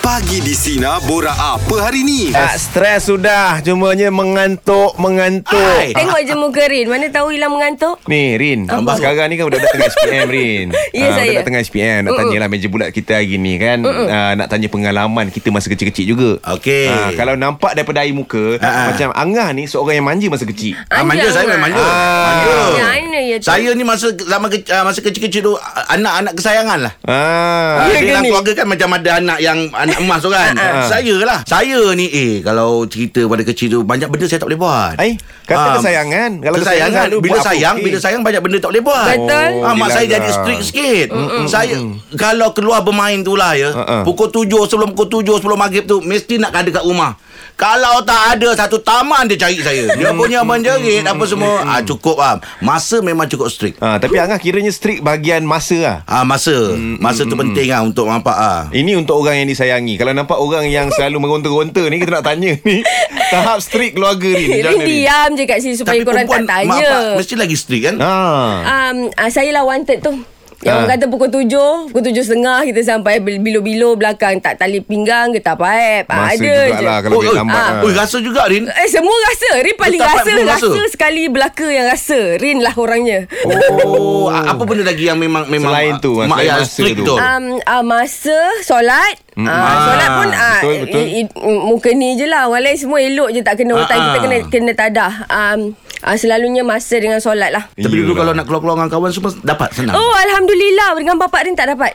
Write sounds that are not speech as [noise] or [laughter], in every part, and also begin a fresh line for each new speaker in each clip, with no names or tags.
Pagi di Sina Bora apa hari ni?
Tak stres sudah Cumanya mengantuk Mengantuk
Tengok je muka Rin Mana tahu hilang mengantuk
Ni Rin Abang sekarang ni kan Budak-budak tengah SPM
[laughs]
Rin Ah,
Ya, saya.
Budak-budak tengah SPM Nak tanyalah lah meja bulat kita hari ni kan Ah, Nak tanya pengalaman Kita masa kecil-kecil juga
Okey.
Ah, Kalau nampak daripada air muka
Ah, ah.
Macam Angah ni Seorang yang manja masa kecil
Ah, manja
Anjang
saya
lah.
memang manja.
Ah.
Manja.
Ya, Ana ya tu.
Oh. Saya ni masa zaman ke, ah, masa kecil-kecil tu ah, anak-anak kesayangan lah.
Ah,
Ah,
Ya ke
dia dalam
ni?
keluarga kan macam ada anak yang anak emas tu
[laughs]
kan.
Ah.
saya lah. Saya ni eh kalau cerita pada kecil tu banyak benda saya tak boleh buat.
Eh, kata kesayangan. Kalau
Kalau
kesayangan,
kesayangan,
lu
bila
buat apa?
sayang,
Okey.
bila sayang banyak benda tak boleh buat.
Betul.
Ah, mak
Gila
saya
lah.
jadi strict sikit. Saya kalau keluar bermain tu lah ya.
Mm-mm.
Pukul tujuh sebelum pukul tujuh sebelum maghrib tu mesti nak ada kat rumah. Kalau tak ada satu taman dia cari saya.
Mm.
Dia punya menjerit apa semua. Ah cukup ah. Masa memang cukup strict.
Ah, tapi Angah kiranya strict bahagian masa lah.
Ah masa, masa tu penting ah untuk nampak ah.
Ini untuk orang yang disayangi. Kalau nampak orang yang selalu meronta-ronta ni kita nak tanya ni. Tahap strict keluarga ni.
[laughs] Rin
Macam mana ni?
diam je kat sini Supaya korang tak
mak
tanya
pak mesti lagi strict kan?
Ha.
um, ah, Saya lah wanted tu yang
Ah.
orang kata pukul tujuh Pukul tujuh setengah Kita sampai bil- bilo-bilo Belakang tak tali pinggang ke tak paip Ah,
Masa
Ada je
jugalah kalau
Oi,
dia
oi,
lambat.
ah.
lah.
Oi, rasa juga
[laughs]
Rin.
Eh semua rasa Rin paling
Tetap
rasa
pun
Rasa
rasa.
sekali belaka yang rasa Rin lah orangnya
Oh, ah, apa benda lagi yang memang memang
Selain tu,
mak
selain
yang
masa
strict
tu.
tu.
um, uh, masa solat mm. uh, solat pun uh,
Betul, betul.
I, i, muka ni je lah walai semua elok je tak kena otak kita
Ah, ah.
kena kena tadah um, uh, selalunya masa dengan solat lah
Tapi dulu
Iyalah.
kalau nak keluar-keluar dengan kawan semua dapat senang.
Oh Alhamdulillah Dengan bapak Rin tak dapat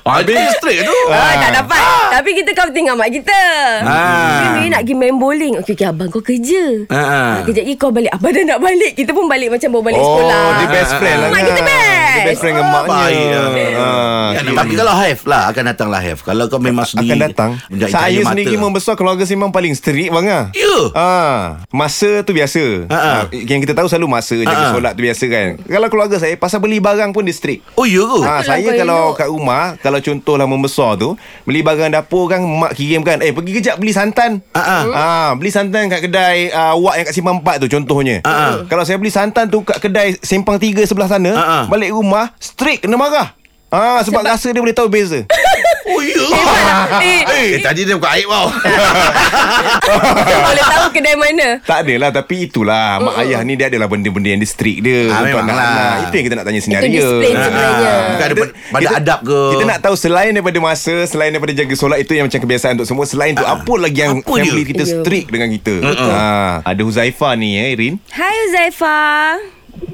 Ah, itu strict tu.
ah, Tak dapat Tapi kita kau tinggal mak kita
Ah.
Rin nak pergi main bowling Okey okay, abang kau kerja
Ah.
Kejap lagi kau balik Abang dah nak balik Kita pun balik macam baru balik
Oh,
sekolah
dia
[laughs]
best friend lah.
Mak
kan?
kita best.
Dia best friend dengan
Oh,
maknya.
baik lah.
Ah,
Ya,
okey.
tapi kalau have lah Akan datang lah have Kalau kau memang sendiri
akan datang.
menjahit
Saya
cahaya mata.
sendiri membesar keluarga saya memang paling strict bang ah.
Ya.
Ah, masa tu biasa.
Ha, ha.
Ah, yang kita tahu selalu masa jaga
ha.
solat tu biasa kan. Kalau keluarga saya pasal beli barang pun dia strict.
Oh ya ke
Ha,
Itulah
saya
kau
kalau
elok.
kat rumah Kalau contohlah membesar tu Beli barang dapur kan Mak kirimkan Eh pergi kejap beli santan
Ah, ah.
ha, Beli santan kat kedai uh, Wak yang kat Simpang 4 tu contohnya
Ah,
Kalau saya beli santan tu Kat kedai Simpang 3 sebelah sana
Ah, ah.
Balik rumah Strict kena marah Ah, sebab, sebab rasa dia boleh tahu beza.
Oh ya
Eh,
Eh tadi dia buka aib wow
Kita Eh, [laughs] boleh tahu kedai mana
tak adalah tapi itulah mak ayah ni dia adalah benda-benda yang dia strict dia
Ah,
untuk
memanglah.
anak-anak. Itu yang kita nak tanya senario.
disiplin
Ah,
sebenarnya.
ah.
Bukan ada
Kita-
pada
kita-
adab ke?
Kita nak tahu selain daripada masa, selain daripada jaga solat itu yang macam kebiasaan untuk semua, selain tu apa lagi yang
Ah. Apa dia?
family kita
Ya.
strict dengan kita. Ah, ada Huzaifa ni eh Irin.
Hai Uzaifa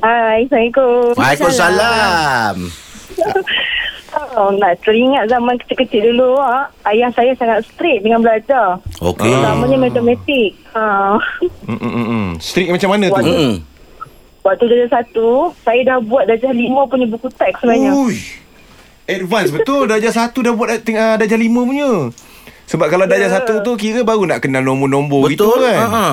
Hai, Assalamualaikum.
Waalaikumsalam
Oh, nak teringat zaman kecil-kecil dulu, ah, ayah saya sangat strict dengan belajar.
Okey
Terutamanya matematik. Ha. [laughs]
Mm, mm, mm, mm. Strict macam mana tu?
Mm-mm.
Waktu darjah satu, saya dah buat darjah lima punya buku teks sebenarnya.
Ui. Advance betul darjah 1 dah buat uh, darjah 5 punya. Sebab kalau darjah
Ya.
1 tu kira baru nak kenal nombor-nombor gitu
Betul ah,
kan.
Ha-ha.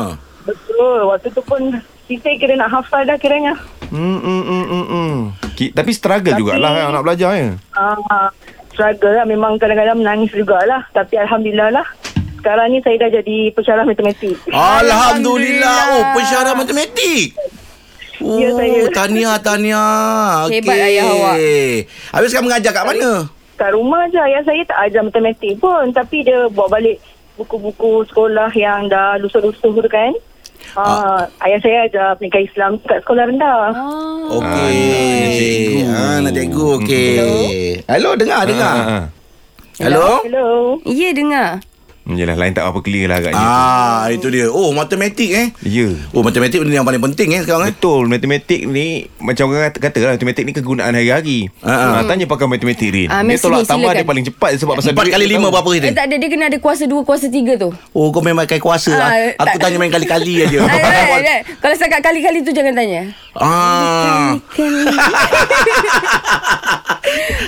Betul. Waktu tu pun kita kira nak hafal dah kiranya.
Mm, mm, mm, mm, mm. Ki, tapi struggle jugalah kan nak belajar ya.
Ah, struggle lah. Memang kadang-kadang menangis jugalah. Tapi Alhamdulillah lah. Sekarang ni saya dah jadi pensyarah matematik.
Alhamdulillah Oh pensyarah matematik Oh,
Ya, saya.
tahniah, tahniah.
Hebat
Okey.
ayah awak.
Habis sekarang mengajar kat mana?
Kat rumah je ayah saya tak ajar matematik pun Tapi dia bawa balik buku-buku sekolah yang dah lusuh-lusuh tu kan Uh, ayah saya ajar pendidikan Islam kat sekolah rendah.
Okey. Ah, nak cikgu. Okey. Hello, dengar, dengar.
Ha, ha, ha.
Hello.
Hello.
Ya dengar
Yelah lain tak apa clear lah agaknya ah.
Ah, itu dia. Oh, matematik eh.
Ya
Oh, matematik benda yang paling penting eh sekarang eh.
Betul Matematik ni Macam orang kata, kata lah Matematik ni kegunaan hari-hari ah,
Ah, ah.
Tanya pakar matematik Rin
Ah,
Dia
Miss
tolak
Lee,
tambah
silakan.
dia paling cepat Sebab pasal
Empat
duit
kali
dia
lima
tahu.
berapa
Eh,
kita?
tak ada dia kena ada kuasa dua kuasa tiga tu
Oh, kau memang kali kuasa lah.
Ah,
Aku
tak-
tanya main
[laughs]
kali-kali aja.
Ah,
[laughs]
right, right. Kalau setakat kali-kali tu jangan tanya
Ah.
[laughs]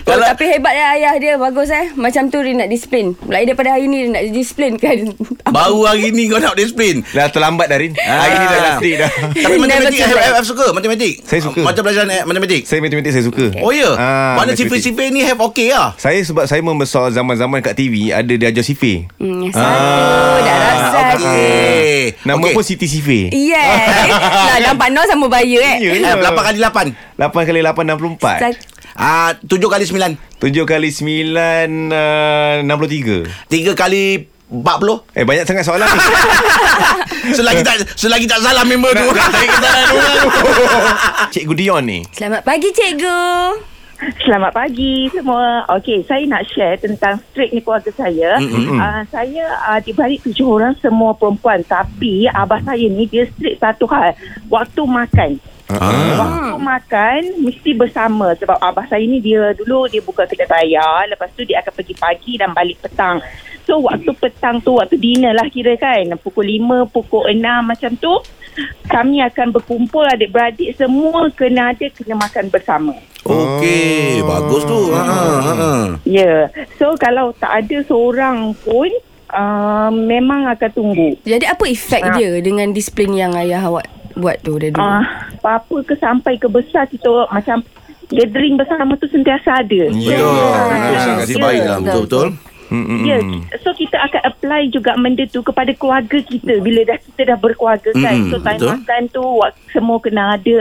Kalau
Kalau-
Tapi hebat ya ayah dia Bagus eh Macam tu dia nak disiplin Mulai daripada hari ni Dia nak disiplin kan
Baru hari ni kau nak disiplin.
Dah terlambat dah Rin
Ah.
Hari ni dah dah free
[laughs]
dah
Tapi
Never
matematik
too late.
have, have suka matematik.
Saya suka.
Macam pelajaran eh, matematik.
Saya matematik saya suka
Oh ya.
Ah,
Mana
matematik.
sifir-sifir ni have okey lah.
Saya sebab saya membesar zaman-zaman kat TV Ada dia ajar sifir
hmm, Satu Dah rasa
Ah,
okay.
Okey.
Ah, Nama
Eh, Okey.
pun Siti Sifir
Yes Lah nampak no sama bahaya eh
Eh, 8 kali 8.
8 kali 8 64
Sat-
Ah, tujuh kali sembilan.
Tujuh kali sembilan uh, 63
Tiga kali empat puluh.
Eh banyak sangat soalan ni [laughs]
Selagi tak selagi tak salah member tu.
Nak tarik kesalahan orang tu Cikgu Dion ni
Selamat pagi cikgu.
Selamat pagi semua. Okey, saya nak share tentang streak ni keluarga saya. Mm-hmm. Uh, saya uh, dibalik tujuh orang semua perempuan. Tapi abah saya ni dia streak satu hal. Waktu makan.
Ah.
Waktu makan mesti bersama sebab abah saya ni dia dulu dia buka kedai bayar lepas tu dia akan pergi pagi dan balik petang. So waktu petang tu waktu dinner lah kira kan pukul 5 pukul 6 macam tu kami akan berkumpul adik-beradik semua kena ada kena makan bersama.
Oh.
Okey, bagus tu. Ha ha. ha.
Ya. Yeah. So kalau tak ada seorang pun uh, memang akan tunggu.
Jadi apa efek
Ah.
dia dengan disiplin yang ayah awak buat tu dari dulu?
Ya.
Ah, apa-apa ke sampai ke besar kita orang macam gathering bersama tu sentiasa ada.
Ya, betul sangat
Ya.
baik lah betul betul.
Ya, so kita akan apply juga benda tu kepada keluarga kita bila dah kita dah berkeluarga kan.
Mm,
so time
betul.
makan tu wak- semua kena ada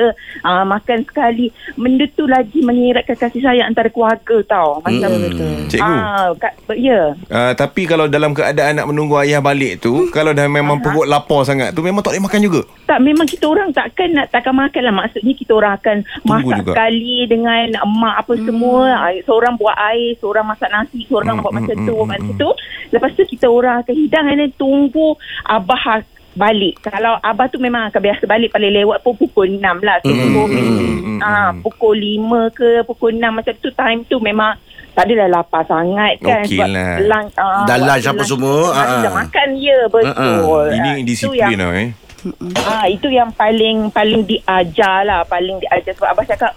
uh, makan sekali. Benda tu lagi mengeratkan kasih sayang antara keluarga tau. Macam
Betul.
Cikgu
Ah, kat, ya.
Uh, tapi kalau dalam keadaan nak menunggu ayah balik tu Kalau dah memang perut lapar sangat tu Memang tak boleh makan juga
Tak memang kita orang takkan nak takkan makan lah maksudnya kita orang akan
Tunggu
masak
juga.
juga. sekali dengan mak apa hmm. semua Ah, seorang buat air seorang masak nasi
Hmm,
seorang buat macam tu macam tu lepas tu kita orang akan hidang and then tunggu abah ha- balik kalau abah tu memang akan biasa balik paling lewat pun pukul 6 lah
Hmm,
so, pukul, ah, pukul 5 ke pukul 6 macam tu time tu memang tak adalah lapar sangat kan
Okey
sebab
lah.
lunch, ah,
Dah
waktu
lunch apa semua,
dah
ah, ah.
makan ya betul Ah,
Ini
tu
disiplin lah eh
Ah itu yang paling paling diajar lah, paling diajar sebab abah cakap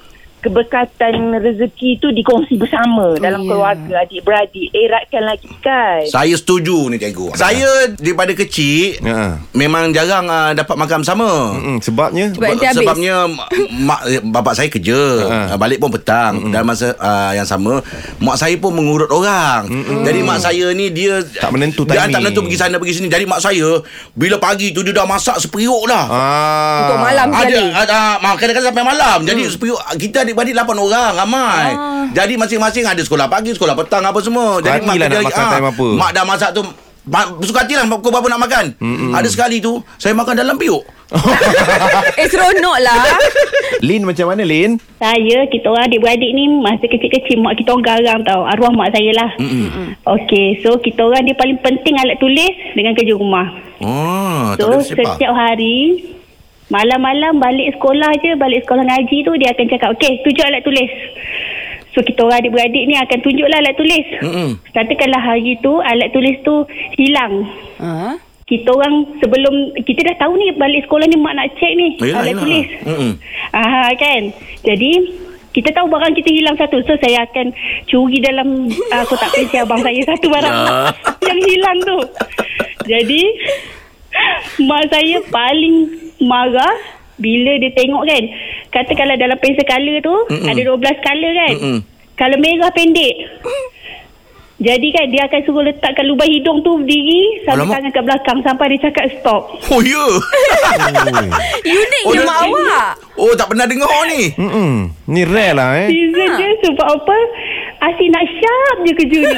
keberkatan rezeki tu dikongsi bersama oh,
ya.
dalam yeah. keluarga adik-beradik. Eratkan lagi kan.
Saya setuju ni cikgu. Saya daripada kecil
Ha.
memang jarang ah, dapat makan bersama.
Mm, Sebabnya
Sebab nanti habis.
Sebabnya ma- mak eh, bapak saya kerja,
Ha.
uh balik pun petang dan masa uh, yang sama mak saya pun mengurut orang. Jadi mak saya ni dia
Tak menentu
dia
timing.
tak menentu pergi sana pergi sini. Jadi mak saya bila pagi tu dia dah masak seperiuk dah.
ah.
Untuk malam
Ada
sekali.
ada mak kadang-kadang sampai malam. Jadi
Hmm.
seperiuk kita adik-adik 8 orang ramai.
Ah.
Jadi masing-masing ada sekolah pagi, sekolah petang apa semua. Jadi
Suka hatilah
kerja
lah nak
lagi,
makan
ah,
time apa.
Mak dah masak tu ma- Suka hati lah Pukul berapa nak makan mm Ada sekali tu Saya makan dalam piuk
eh seronok lah.
Lin macam mana Lin?
Saya, kita orang adik-beradik ni masa kecil-kecil mak kita orang garang tau. Arwah mak saya lah.
Hmm.
Mm-hmm. Okey, so kita orang dia paling penting alat tulis dengan kerja rumah.
Oh tak
So
boleh sepak
setiap hari malam-malam balik sekolah je, balik sekolah ngaji tu dia akan cakap, "Okey, tunjuk alat tulis." So kita orang adik-beradik ni akan tunjuklah alat tulis.
Mm-mm.
Katakanlah hari tu alat tulis tu hilang.
Ah.
Kita orang sebelum kita dah tahu ni balik sekolah ni mak nak cek ni
Yelah, yelah.
alat
Hmm.
tulis.
lah, ya Mm-mm.
Ah kan. Jadi kita tahu barang kita hilang satu. So saya akan curi dalam uh, kotak peci abang saya satu barang
Ya.
[laughs] yang hilang tu. Jadi mak saya paling marah bila dia tengok kan. Katakanlah dalam pensel color tu Mm-mm. ada 12 color kan.
Mm-mm.
Kalau merah pendek. Jadi kan dia akan suruh letakkan lubang hidung tu berdiri satu
Alamak.
tangan kat belakang sampai dia cakap stop.
Oh ya
Unik
Oh,
je
dia-
mak awak.
Oh tak pernah dengar ni
[laughs]
Mm-mm. Ni rare lah eh
Reason dia sebab apa? Asyik nak syap je kerja ni.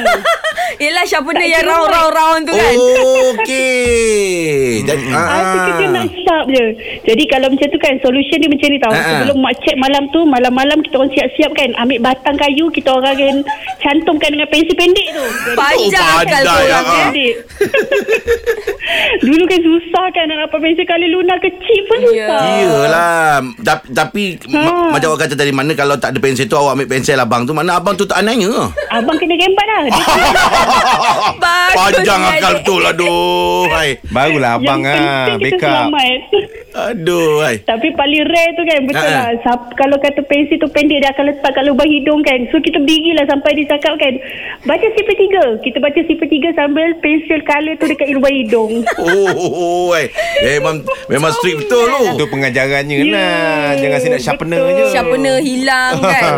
Yelah siapa benda
Tak
yang
kira.
round-round-round tu
Oh,
kan.
[laughs]
Okey Jadi ah,
Asyik kerja
ah.
nak syap je. Jadi kalau macam tu kan, solution dia macam ni tau.
Ah, ah.
Sebelum mak cek malam tu, malam-malam kita orang siap-siap kan. Ambil batang kayu, kita orang kan cantumkan dengan pensel pendek tu. lah. Jadi,
Panjang
Oh,
akal
pandai,
korang
ah.
kan.
pendek. [laughs] Dulu kan susah kan nak dapat pensel kali lunak kecil pun
Ya.
susah.
Iyalah Tapi, tapi ma- Macam awak kata tadi Mana kalau tak ada pensel tu Awak ambil pensel abang tu Mana abang tu tak anaknya
Abang kena gembat dah. Dia
Bagus
Panjang
ni
akal
adik.
betul Aduh hai.
Barulah abang ah,
penting
Back
kita
up
selamat.
Aduh hai.
Tapi paling rare tu kan Betul
Ha, ha.
lah Sap, Kalau kata pensil tu pendek Dia akan letak kat lubang hidung kan So kita berdiri lah Sampai dia cakap kan Baca sifar tiga Kita baca sifar tiga Sambil pensil colour tu Dekat lubang hidung [laughs]
Oh, oh, oh hai. Memang Memang strict betul tu
Itu pengajarannya
Ya,
lah Jangan asyik nak sharpener
betul.
je
Sharpener hilang kan.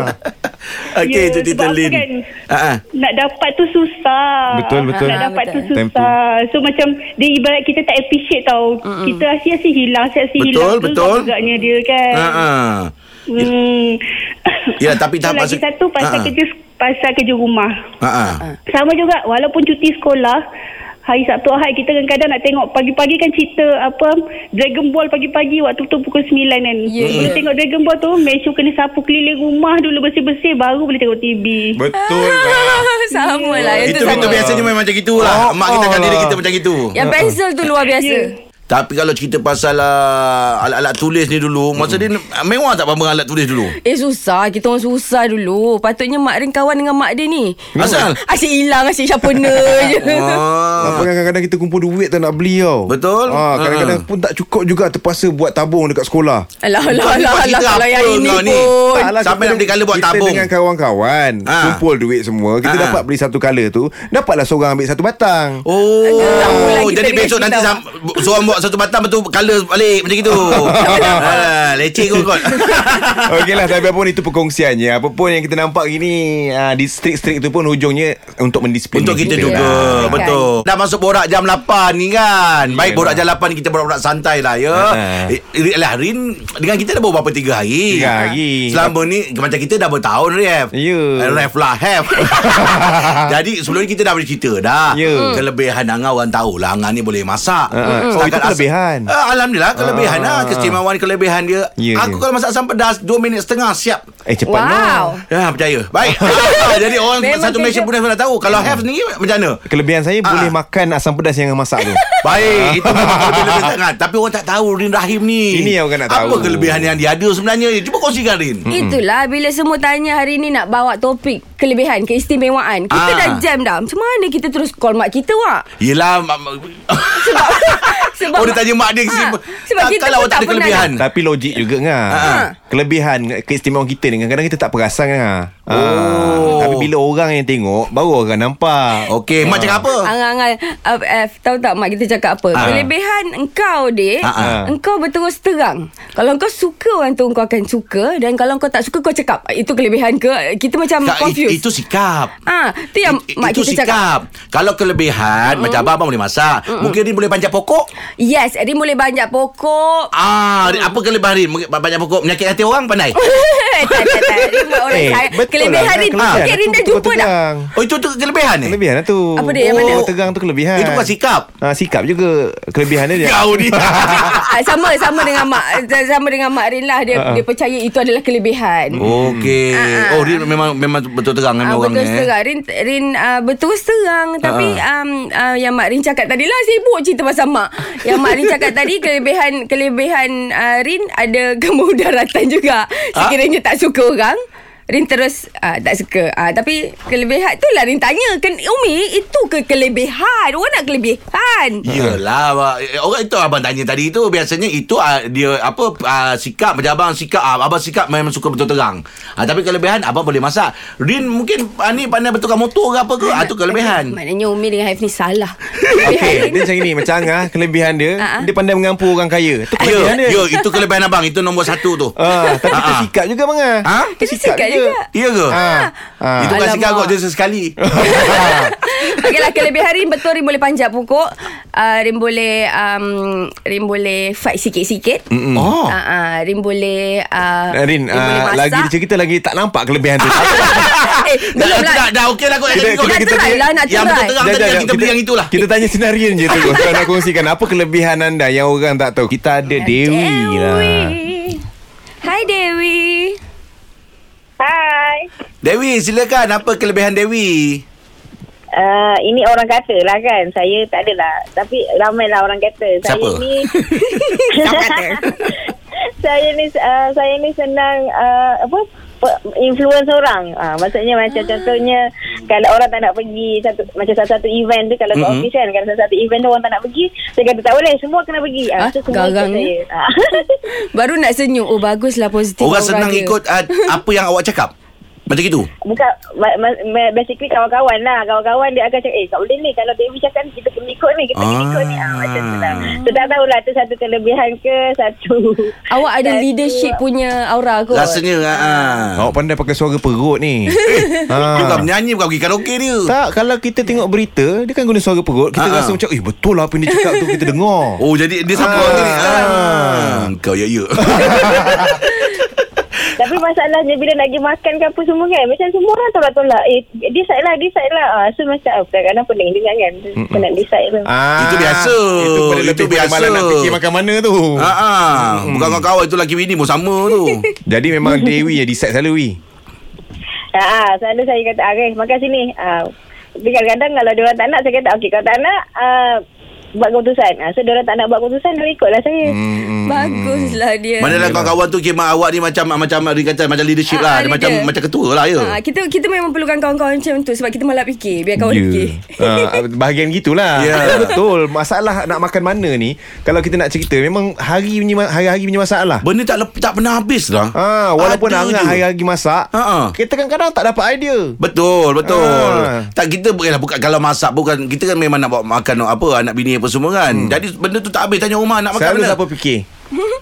Okey
Ya,
itu
sebab
Tita
apa
Lin
kan?
Ah, ah.
Nak dapat tu susah
Betul, betul.
Nak dapat
Betul.
tu susah So macam Dia ibarat kita tak appreciate tau Mm-mm. Kita asyik-asyik hilang Asyik-asyik
Betul,
hilang
betul.
Tu agaknya dia kan
Ah, ah.
Hmm.
Ya,
[laughs]
tapi Ha,
Itu
tahap
lagi
masa-
satu pasal
Ha-ha.
kerja pasal kerja rumah.
Ha ah.
Sama juga walaupun cuti sekolah Hari Sabtu Ahad kita kadang-kadang nak tengok pagi-pagi kan cerita apa Dragon Ball pagi-pagi waktu tu pukul 9 kan.
Ya,
Yeah, Bila
ya.
tengok Dragon Ball tu make sure kena sapu keliling rumah dulu bersih-bersih baru boleh tengok TV.
Betul
[laughs]
lah.
sama lah. Itu,
Itu kita
sama. Ya.
biasanya memang macam gitulah.
Oh,
Mak kita kan
oh
diri
lah.
kita macam gitu.
Yang pensel tu luar biasa.
Ya.
Tapi kalau cerita pasal ah, alat-alat tulis ni dulu, masa dia ah, mewah tak pamer alat tulis dulu.
Eh susah Kita orang susah dulu Patutnya mak dia kawan dengan mak dia ni
Asal?
Asyik hilang Asyik sharpener je
Ah.
Apa kadang-kadang kita kumpul duit tak nak beli tau.
Betul.
Ha, kadang-kadang
Ha.
pun tak cukup juga terpaksa buat tabung dekat sekolah.
Alah alah
Kau ni
alah
buat
alah Kalau
cerita apa
yang ini
kau ni?
pun
Tak. Sampai nak beli colour buat
kita
tabung.
dengan kawan-kawan
Ha.
Kumpul duit semua Kita
Ha.
dapat beli satu color tu Dapatlah seorang ambil satu
[laughs]
batang
Tak apa lah
Oh,
kita
jadi
dekat
besok
kita
nanti
awak.
sam, seorang buat satu batang betul color balik macam gitu. ah, leceh kau kot.
[laughs] Okeylah tapi apa pun itu perkongsiannya Apa pun yang kita nampak gini ah, Di street-street tu pun hujungnya Untuk mendisiplin lah.
Untuk kita juga
Ya, kan?
Betul Dah masuk borak jam 8 ni kan Baik
Ya,
borak
dah.
jam 8 Kita borak-borak santai lah ya
Ha.
Eh, eh, lah Rin Dengan kita dah berapa Tiga hari
Tiga hari.
Selama ni Macam kita dah bertahun Ref
Ya.
Ref lah
[laughs]
Hef Jadi sebelum ni kita dah bercerita dah
Ya. Hmm.
Kelebihan Angah orang tahu lah Angah ni boleh masak
Ha, ha. Oh, itu
as-
kelebihan.
Ah, Alhamdulillah kelebihan
Ha,
lah
ha, ha.
Keistimewaan kelebihan dia
Ya,
Aku
ya.
kalau masak asam pedas 2 minit setengah siap
Eh cepat
Wow
Ya percaya
[laughs]
Baik Ah, Jadi orang
Memang
satu
kerja-
Malaysia pun dah tahu Kalau
Ya.
have ni macam mana
Kelebihan saya
Ah.
boleh makan asam pedas yang masak
[laughs]
tu
Baik Itu memang
[laughs]
lebih sangat Tapi orang tak tahu Rin Rahim ni
Ah. Ini yang orang nak
Apa
tahu. Hmm.
kelebihan yang dia ada sebenarnya Ya, Cuba kongsikan Rin
Itulah bila semua tanya hari ni nak bawa topik kelebihan, keistimewaan. Kita
Ah.
dah jam dah. Macam mana kita terus call mak kita, Wak?
Yelah mak- mak-
Sebab [laughs] sebab Ha,
Oh, dia tanya mak dia kesimpulan.
Sebab
Tak-
kita
kalau
pun
awak tak
tak
ada
pernah
kelebihan.
nak-
Tapi logik juga ngah.
Ha.
Ah.
Kelebihan keistimewaan kita ni kadang-kadang kita tak perasan ngah. Ah.
Oh.
Tapi bila orang yang tengok baru orang nampak.
[laughs]
Oh,
Okey Mak cakap apa
Angan-angan uh, F, Tahu tak mak kita cakap apa
Ah.
Kelebihan engkau dek
Ah, ah.
Engkau berterus terang Kalau kau suka orang tu Kau akan suka Dan kalau kau tak suka Kau cakap "Ah, Itu kelebihan ke Kita macam
Tak, it-
confused
Itu sikap
Ah, tu yang
It-
mak
itu
kita cakap. Hmm.
sikap Kalau kelebihan Macam abang-abang boleh masak Mungkin Rin boleh panjat pokok
Yes, Rin boleh banyak pokok.
Ah, Rin, Apa kelebihan Rin Mungkin Panjat pokok Menyakit hati orang pandai
[laughs] tak, tak, tak. Rin buat orang
Eh,
sayang.
betul
Kelebihan
lah,
Rin.
kelebihan
Okay,
tu
Rin dah
betul
jumpa dah.
terang.
Oh itu tu kelebihan eh
Kelebihan lah tu.
Apa dia? Yang mana?
Oh, terang tu kelebihan. Ya.
Itu bukan sikap.
Ah, sikap juga. Kelebihan dia.
Kau
[laughs]
[laughs]
ni
Ah, sama sama dengan mak sama dengan mak Rin lah
Ha.
dia dia percaya itu adalah kelebihan.
Okey.
Ah, ah.
Oh dia memang memang betul terang
Ah,
dengan orang
betul
ni. eh.
terang Rin, Rin uh, betul terang Tapi um, uh, Yang Mak Rin cakap tadi lah Sibuk cerita pasal Mak Yang Mak Rin cakap tadi Kelebihan Kelebihan uh, Rin Ada [laughs] kemudaratan juga Sekiranya tak suka orang Rin terus uh, Tak suka uh, Tapi Kelebihan tu lah Rin tanya kan, Umi itu ke kelebihan Orang nak kelebihan
Ya. Yelah abang. Eh, Orang itu abang tanya tadi itu Biasanya itu ah, Dia apa ah, Sikap macam abang sikap ah, Abang sikap memang suka betul terang ah, Tapi kelebihan Abang boleh masak Rin mungkin ah, Ni pandai bertukar motor ke apa ke ah, Itu kelebihan
Maknanya Umi dengan Haif ni salah
Okay, dia macam ni Macam Angah Kelebihan dia
Ah, ah.
Dia pandai mengampu orang kaya Itu
Ya
kelebihan dia
ya, Itu kelebihan abang Itu nombor satu tu
Ah, Tapi itu
Ah, ah.
sikap juga bang ah.
Ha?
Itu
Kita sikap juga.
Iya ke?
Ah, ah.
Itu bukan sikap
Alamak.
kot Dia
[laughs]
sesekali
Okeylah lah, kelebihan Rin betul Rin boleh panjat pokok. Uh, Rin boleh um, Rin boleh fight sikit-sikit. Mm.
Oh
Uh, uh, Rin boleh uh,
Rin,
boleh
ah,
masak.
lagi dia cerita lagi tak nampak kelebihan tu.
[laughs] eh, belum
Dah,
lah.
dah, dah okey lah kot
Kita-
Yang
kita-
tadi
kita
kot.
try lah, nak
Yang
try.
betul terang
Jap,
tadi
jap,
Yang
jap.
kita beli yang itulah
Kita tanya senarian je tu Kalau nak kongsikan Apa kelebihan anda Yang orang tak tahu Kita ada Dewi lah
Hai Dewi.
Hai.
Dewi silakan Apa kelebihan Dewi
Uh, ini orang kata lah kan Saya tak adalah Tapi ramailah orang kata Saya
Siapa?
ni [laughs] Saya ni uh, Saya ni senang uh, Apa pe- influence orang ah, Maksudnya macam contohnya Kalau orang tak nak pergi satu, Macam satu-satu event tu Kalau mm-hmm. kat office kan Kalau satu-satu event tu orang tak nak pergi Saya kata tak boleh Semua kena pergi ah,
Ah,
so semua ikut
garangnya.
saya ah. [laughs]
Baru nak senyum. Oh baguslah positif.
Orang senang
dia.
ikut
[laughs]
uh, apa yang awak cakap. Macam itu.
Bukan ma- ma- ma- Basically kawan-kawan lah Kawan-kawan dia akan cakap Eh tak boleh ni Kalau Dewi cakap ni Kita kena ikut ni Kita kena
Ah.
ikut ni ah, Macam tu lah So tak tahulah tu satu kelebihan ke Satu
[laughs] Awak ada
satu-
leadership punya aura kot.
Rasanya ha. Uh,
Awak pandai pakai suara perut
[laughs]
ni
uh. Bukan
ha.
menyanyi bukan pergi karaoke dia.
Tak kalau kita tengok berita Dia kan guna suara perut Kita
Ah,
rasa
ah.
macam Eh betul lah apa yang dia cakap tu Kita
[laughs]
dengar
Ah. Oh jadi dia siapa
Ah.
orang ni? Ah. Kau ya ya.
Tapi masalahnya bila nak pergi makan ke apa semua kan Macam semua orang tolak-tolak Eh decide lah decide lah ah, So macam ah, kadang-kadang pening dengar kan Kau nak decide lah
Ah,
Itu biasa.
Itu pada
Itu
lebih pada
biasa.
malam nak fikir makan mana tu.
Ha [laughs] ah.
Hmm.
Bukan kau kawan tu laki bini pun sama
[laughs]
tu.
Jadi memang Dewi yang decide selalu Wi.
ah, ah, Selalu saya kata ah, guys makan sini ah, Tapi kadang-kadang kalau diorang tak nak Saya kata okey kalau tak nak ah, Buat keputusan ah, So diorang tak nak buat keputusan Dia ikutlah saya
Mm.
Hmm.
Baguslah dia.
Mana lah kawan-kawan tu kira awak ni macam macam dia kata macam
ya.
leadership
Ah, ah,
lah, dia
leader.
macam macam ketua lah ya.
Ha, kita kita memang perlukan kawan-kawan macam tu sebab kita malah fikir
Ya.
biar kawan yeah. fikir.
uh, Bahagian gitulah
Ya.
[laughs] Betul Masalah nak makan mana ni Kalau kita nak cerita Memang hari punya ma- hari-hari punya masalah
Benda tak lep, tak pernah habis lah.
Ah, walaupun
Ada
Angah
je.
hari-hari masak
Ha, ha.
Kita kadang-kadang tak dapat idea
Betul, betul.
Ah.
Tak kita bukanlah bukan kalau masak bukan kita kan memang nak bawa makan apa anak bini apa semua kan. Jadi benda tu tak habis tanya rumah nak makan
Hmm. Selalu
mana.
siapa fikir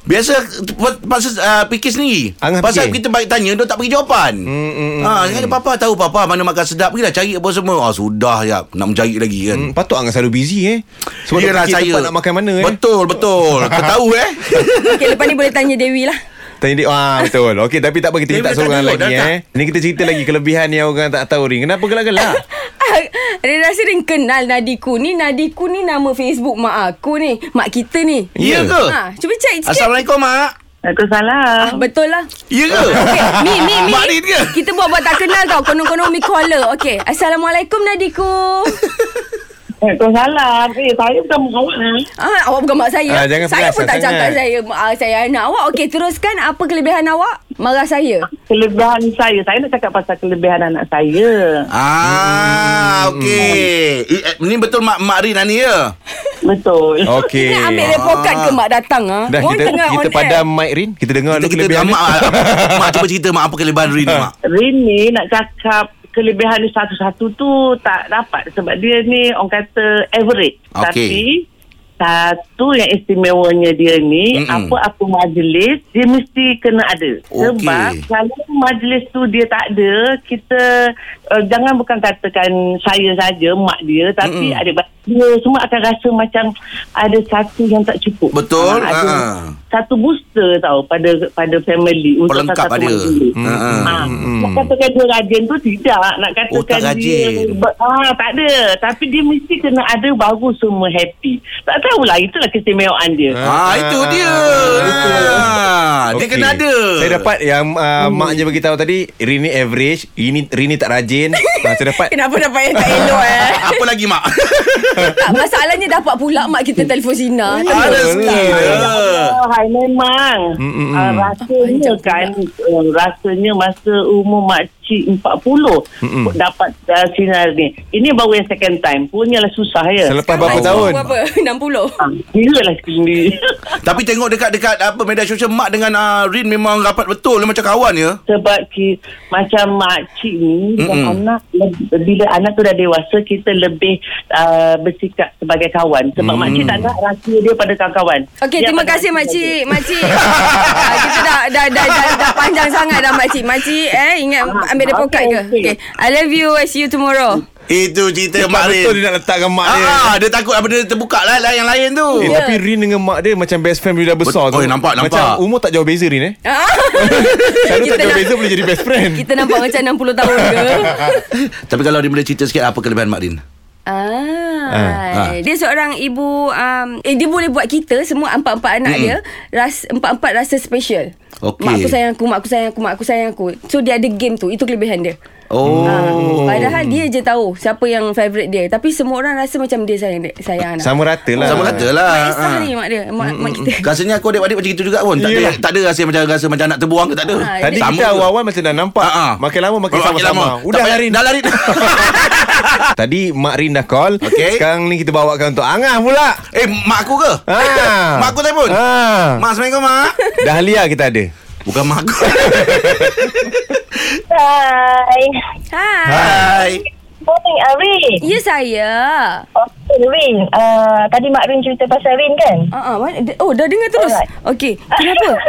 Biasa pa- pasal uh, fikir sendiri.
Angah
pasal
fikir.
kita baik tanya dia tak bagi jawapan. Hmm, hmm, ha, kan papa tahu papa mana makan sedap pergilah cari apa semua. Ah sudah ya nak mencari lagi kan.
hmm, Patut Angah selalu busy eh Sebab tak fikir tempat nak makan mana eh
Betul
[laughs]
betul Kau tahu eh
Okey lepas ni boleh tanya Dewi lah.
Tanya dia ah, Betul Okey tapi tak apa Kita
Dia
tak
dah
seorang
tak
lagi
tengok, dah
eh Ni kita cerita lagi Kelebihan yang orang tak tahu ni Kenapa
[laughs]
gelak-gelak
Ah, [laughs] Dia rasa dia kenal Nadiku ni Nadiku ni nama Facebook mak aku ni Mak kita ni
Ya ke?
ha, Cuba cek sikit
Assalamualaikum mak.
ah,
Waalaikumsalam
Betul lah
Ya
[laughs]
ke?
[laughs]
Okay, mi, mi, mi.
Mak Rin ke?
Kita buat-buat tak kenal tau. Konon-konon mi caller. Okay. Assalamualaikum,
[laughs]
Nadiku.
Waalaikumsalam Eh saya bukan mengawal ni
Ah, awak bukan mak
Ah,
saya.
jangan perasan
saya pun tak cakap
sangat.
saya ah, saya anak awak. Okey, teruskan apa kelebihan awak? Marah saya.
Kelebihan saya Saya nak cakap pasal kelebihan anak saya
Ah, okey. Eh, eh, Ni betul mak Mak Rin ni ya?
Betul
Okey
Nak ambil repokat ke mak datang ah?
Dah
Orang
kita
tengah
kita
on
padam
air.
mic Rin Kita dengar
Kita
dulu
kita
kelebihan
mak,
[laughs] ni.
mak, mak cuba cerita mak apa kelebihan Rin ni, mak.
Rini nak cakap kelebihan dia satu-satu tu tak dapat sebab dia ni orang kata average.
Okey.
Tapi satu yang istimewanya dia ni
Mm-mm.
apa-apa majlis dia mesti kena ada.
Okey.
Sebab kalau majlis tu dia tak ada, kita uh, jangan bukan katakan saya saja mak dia tapi adik adik dia semua akan rasa macam ada satu yang tak cukup.
Betul,
Ah, ada
ah.
Satu booster tau pada pada family untuk
Pelengkap
satu-satu
dia.
majlis.
Hmm, hmm,
Ah, Nak katakan dia rajin tu tidak. Nak
Oh, tak
katakan dia...
rajin.
Ah, tak ada. Tapi dia mesti kena ada baru semua happy. Tak tahulah. Itulah keistimewaan dia.
Ah,
Ah, itu dia. Ah, Dia
Okey.
kena ada.
Saya
[laughs]
dapat yang
Hmm.
uh, maknya bagi tahu tadi Rini average, Rini Rini tak
[laughs]
rajin. ha, saya dapat.
Kenapa dapat yang tak elok eh?
[laughs]
Apa lagi [laughs] mak?
tak, masalahnya dapat pula mak kita telefon Sina.
Ada
betul.
sekali. Ah.
Oh, hai memang.
Hmm,
Mm-mm.
Uh, rasanya kan uh, rasanya masa umur makcik 40
Hmm,
Mm-mm.
dapat uh, sinar ni. Ini baru yang second time. Punyalah susah ya.
Selepas berapa
Umur
tahun?
Berapa? [laughs] 60.
Ah, Gila lah sendiri. [laughs]
Tapi tengok dekat dekat apa media sosial mak dengan ah, Rin memang rapat betul dia macam kawan ya.
sebab ki, macam makcik ni dan
Mm-mm.
anak le- bila anak tu dah dewasa kita lebih uh, bersikap sebagai kawan sebab makcik tak nak rahsia dia pada kawan-kawan
Okey,
Dia
terima
akan
kasih
rahsia [laughs]
makcik. Makcik. Ah, kita dah dah, dah dah dah panjang sangat dah makcik. Makcik eh ingat
Ah,
ambil repokat
okey,
ke?
okey.
Okey. I love you. I see you tomorrow.
[laughs]
Itu cerita
Mak
mak Rin.
betul dia nak letakkan mak dia.
Ah, ah, dia takut apa dia terbuka lah, lah yang lain tu.
Eh,
Ya.
tapi Rin dengan mak dia macam best friend bila dah besar
Bet- oh,
tu.
nampak,
Macam
nampak.
umur tak jauh beza Rin eh.
Ah.
Selalu tak
Kita
jauh
nak-
beza boleh jadi best friend.
Kita nampak macam 60 tahun ke?
[laughs]
[laughs]
Tapi kalau dia boleh cerita sikit apa kelebihan Mak Rin?
Ah, dia seorang ibu um, eh dia boleh buat kita semua empat-empat anak
Hmm.
dia ras empat-empat rasa special.
Okey.
Mak aku sayang aku, mak aku sayang aku, mak aku sayang aku. So dia ada game tu. Itu kelebihan dia.
Oh.
Oh. Padahal dia je tahu siapa yang favorite dia. Tapi semua orang rasa macam dia sayang dia, sayang anak.
Sama rata lah.
Sama rata lah.
Mak Isa ni mak dia, mak, mak kita.
Rasanya aku adik-adik macam itu juga pun. Tak ada lah,
Yelah.
tak ada rasa macam rasa macam nak terbuang ke tak ada.
Ah,
Tadi
Sama
kita
juga.
awal-awal macam dah nampak.
Ah, ah.
Makin lama makin
Oh,
sama-sama.
lama.
Udah
Tak payah-
lari.
Dah lah.
[laughs]
lari.
Tadi Mak Rin dah call.
Okey.
Sekarang ni kita bawakan untuk Angah pula.
eh, mak aku ke?
Ah.
Mak aku telefon.
Ah.
Mak, Assalamualaikum, Mak.
Dahlia kita ada.
Bukan
[laughs]
mak aku.
Hai.
Ha?
Hai.
Hai.
Morning, Arin.
Ya saya.
Okay, Rin. Uh, tadi Mak Rin cerita pasal Rin kan?
Ah, ah, mana- oh dah dengar terus.
Alright.
Okey. Kenapa?
[laughs]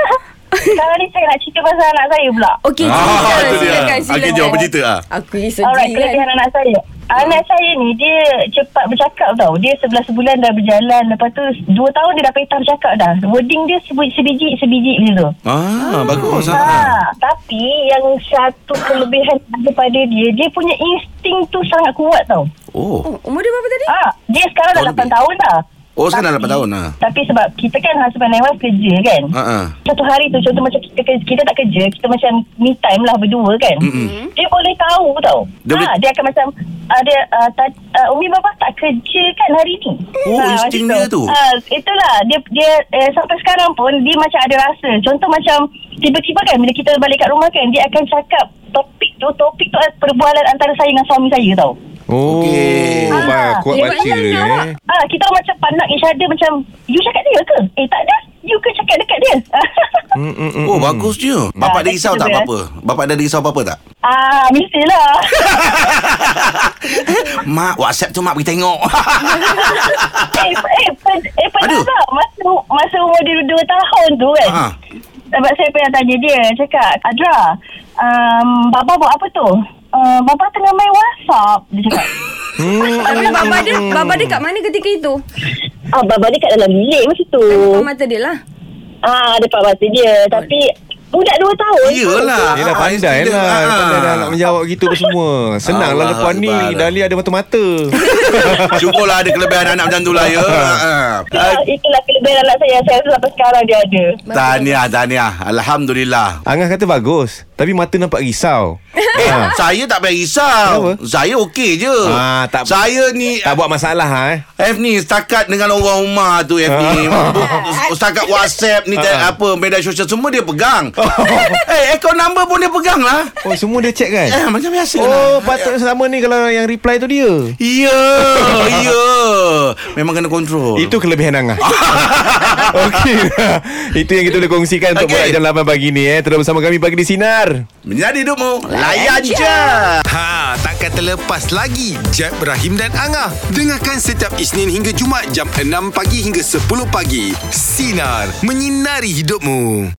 Sekarang ni saya nak cerita pasal anak saya pula.
Okey,
Ah,
silakan,
itu dia.
silakan, silakan.
Okey, jom, bercerita, ah.
Aku ni sedih.
Alright,
kan.
kelebihan anak saya. Ah, Anak saya ni Dia cepat bercakap tau Dia 11 bulan dah berjalan Lepas tu 2 tahun dia dah petah bercakap dah Wording dia sebu- sebiji-sebiji macam tu
Ah, bagus ah.
Ha, tapi yang satu kelebihan daripada dia Dia punya insting tu sangat kuat tau
Oh.
Oh, umur dia berapa tadi?
ha, Dia sekarang dah
Tahun
8
lebih.
tahun dah
Oh, sekarang dah
Tapi-
8 tahun, ha.
Tapi sebab kita kan husband and wife kerja kan
Ha ah.
satu hari tu contoh macam kita, ke- kita tak kerja kita macam me time lah berdua kan mm-hmm. dia boleh tahu tau
Dia
dia, ha,
boleh-
dia akan macam uh, dia uh, ta, uh, Umi bapa tak kerja kan hari ni
Oh,
macam
insting dia tu.
ha, itulah dia dia eh, sampai sekarang pun dia macam ada rasa contoh macam tiba-tiba kan bila kita balik kat rumah kan dia akan cakap topik tu topik tu adalah perbualan antara saya dengan suami saya tau
Oh,
Okey.
ba- kuat
Ah,
baca
dia
eh.
ha, kita orang macam pandang each other macam you cakap dia ke eh tak ada you ke cakap dekat dia
Mm, mm, mm,
Oh,
mm.
bagus je. Bapak
Ah,
dia risau tak
betul, eh?
apa-apa? Bapak dia risau apa-apa tak?
ah mestilah
Mak, WhatsApp tu mak pergi tengok. [laughs]
Eh, eh, pen- eh pernah
Aduh.
tak masa, masa umur dia 2 tahun tu kan
Ha.
ha. Sebab saya pernah tanya dia Cakap Adra um, Baba buat apa tu? Uh, Baba tengah main whatsapp Dia cakap
Tapi baba dia, baba dia kat mana ketika itu?
[laughs] Ah, Baba dia kat dalam bilik masa tu
Oh.
Depan mata dia lah.
Ah, depan mata dia Tapi Budak 2 tahun tu.
Iyalah.
Ah,
Yelah pandai
insting dia.
lah
Ah.
Pandai dah nak menjawab gitu apa semua Senang lah
Allah
lepas ni
Akbar.
Dali ada
[laughs]
mata-mata
[laughs] Syukurlah ada kelebihan anak macam tu
[laughs]
lah ya. Ha.
Itulah, ah, itulah kelebihan anak saya Saya rasa sampai sekarang dia ada
Tahniah, tahniah. Alhamdulillah.
Angah kata bagus Tapi mata nampak risau
Eh,
ha.
Saya tak payah risau.
Kenapa?
Saya okey je.
Ah, tak-
saya ni
Tak buat masalah ha, eh
F ni setakat dengan orang rumah tu F ni
Ah.
[laughs] Setakat WhatsApp ni tak, apa media sosial semua dia
[laughs]
pegang. Eh account number pun dia pegang lah.
Oh semua dia check kan
Eh macam biasa
Oh
lah.
patut sama ni Kalau yang reply tu dia
Ya, ya. Memang kena kontrol.
Itu kelebihan Angah [laughs] Okey Itu yang kita boleh kongsikan Untuk
Okey.
okay. jam 8 pagi ni eh Terus bersama kami Pagi di Sinar
menjadi hidupmu layan
je.
je.
Ha, takkan terlepas lagi Jeb, Ibrahim dan Angah. Dengarkan setiap Isnin hingga Jumaat jam 6 pagi hingga 10 pagi. Sinar, menyinari hidupmu.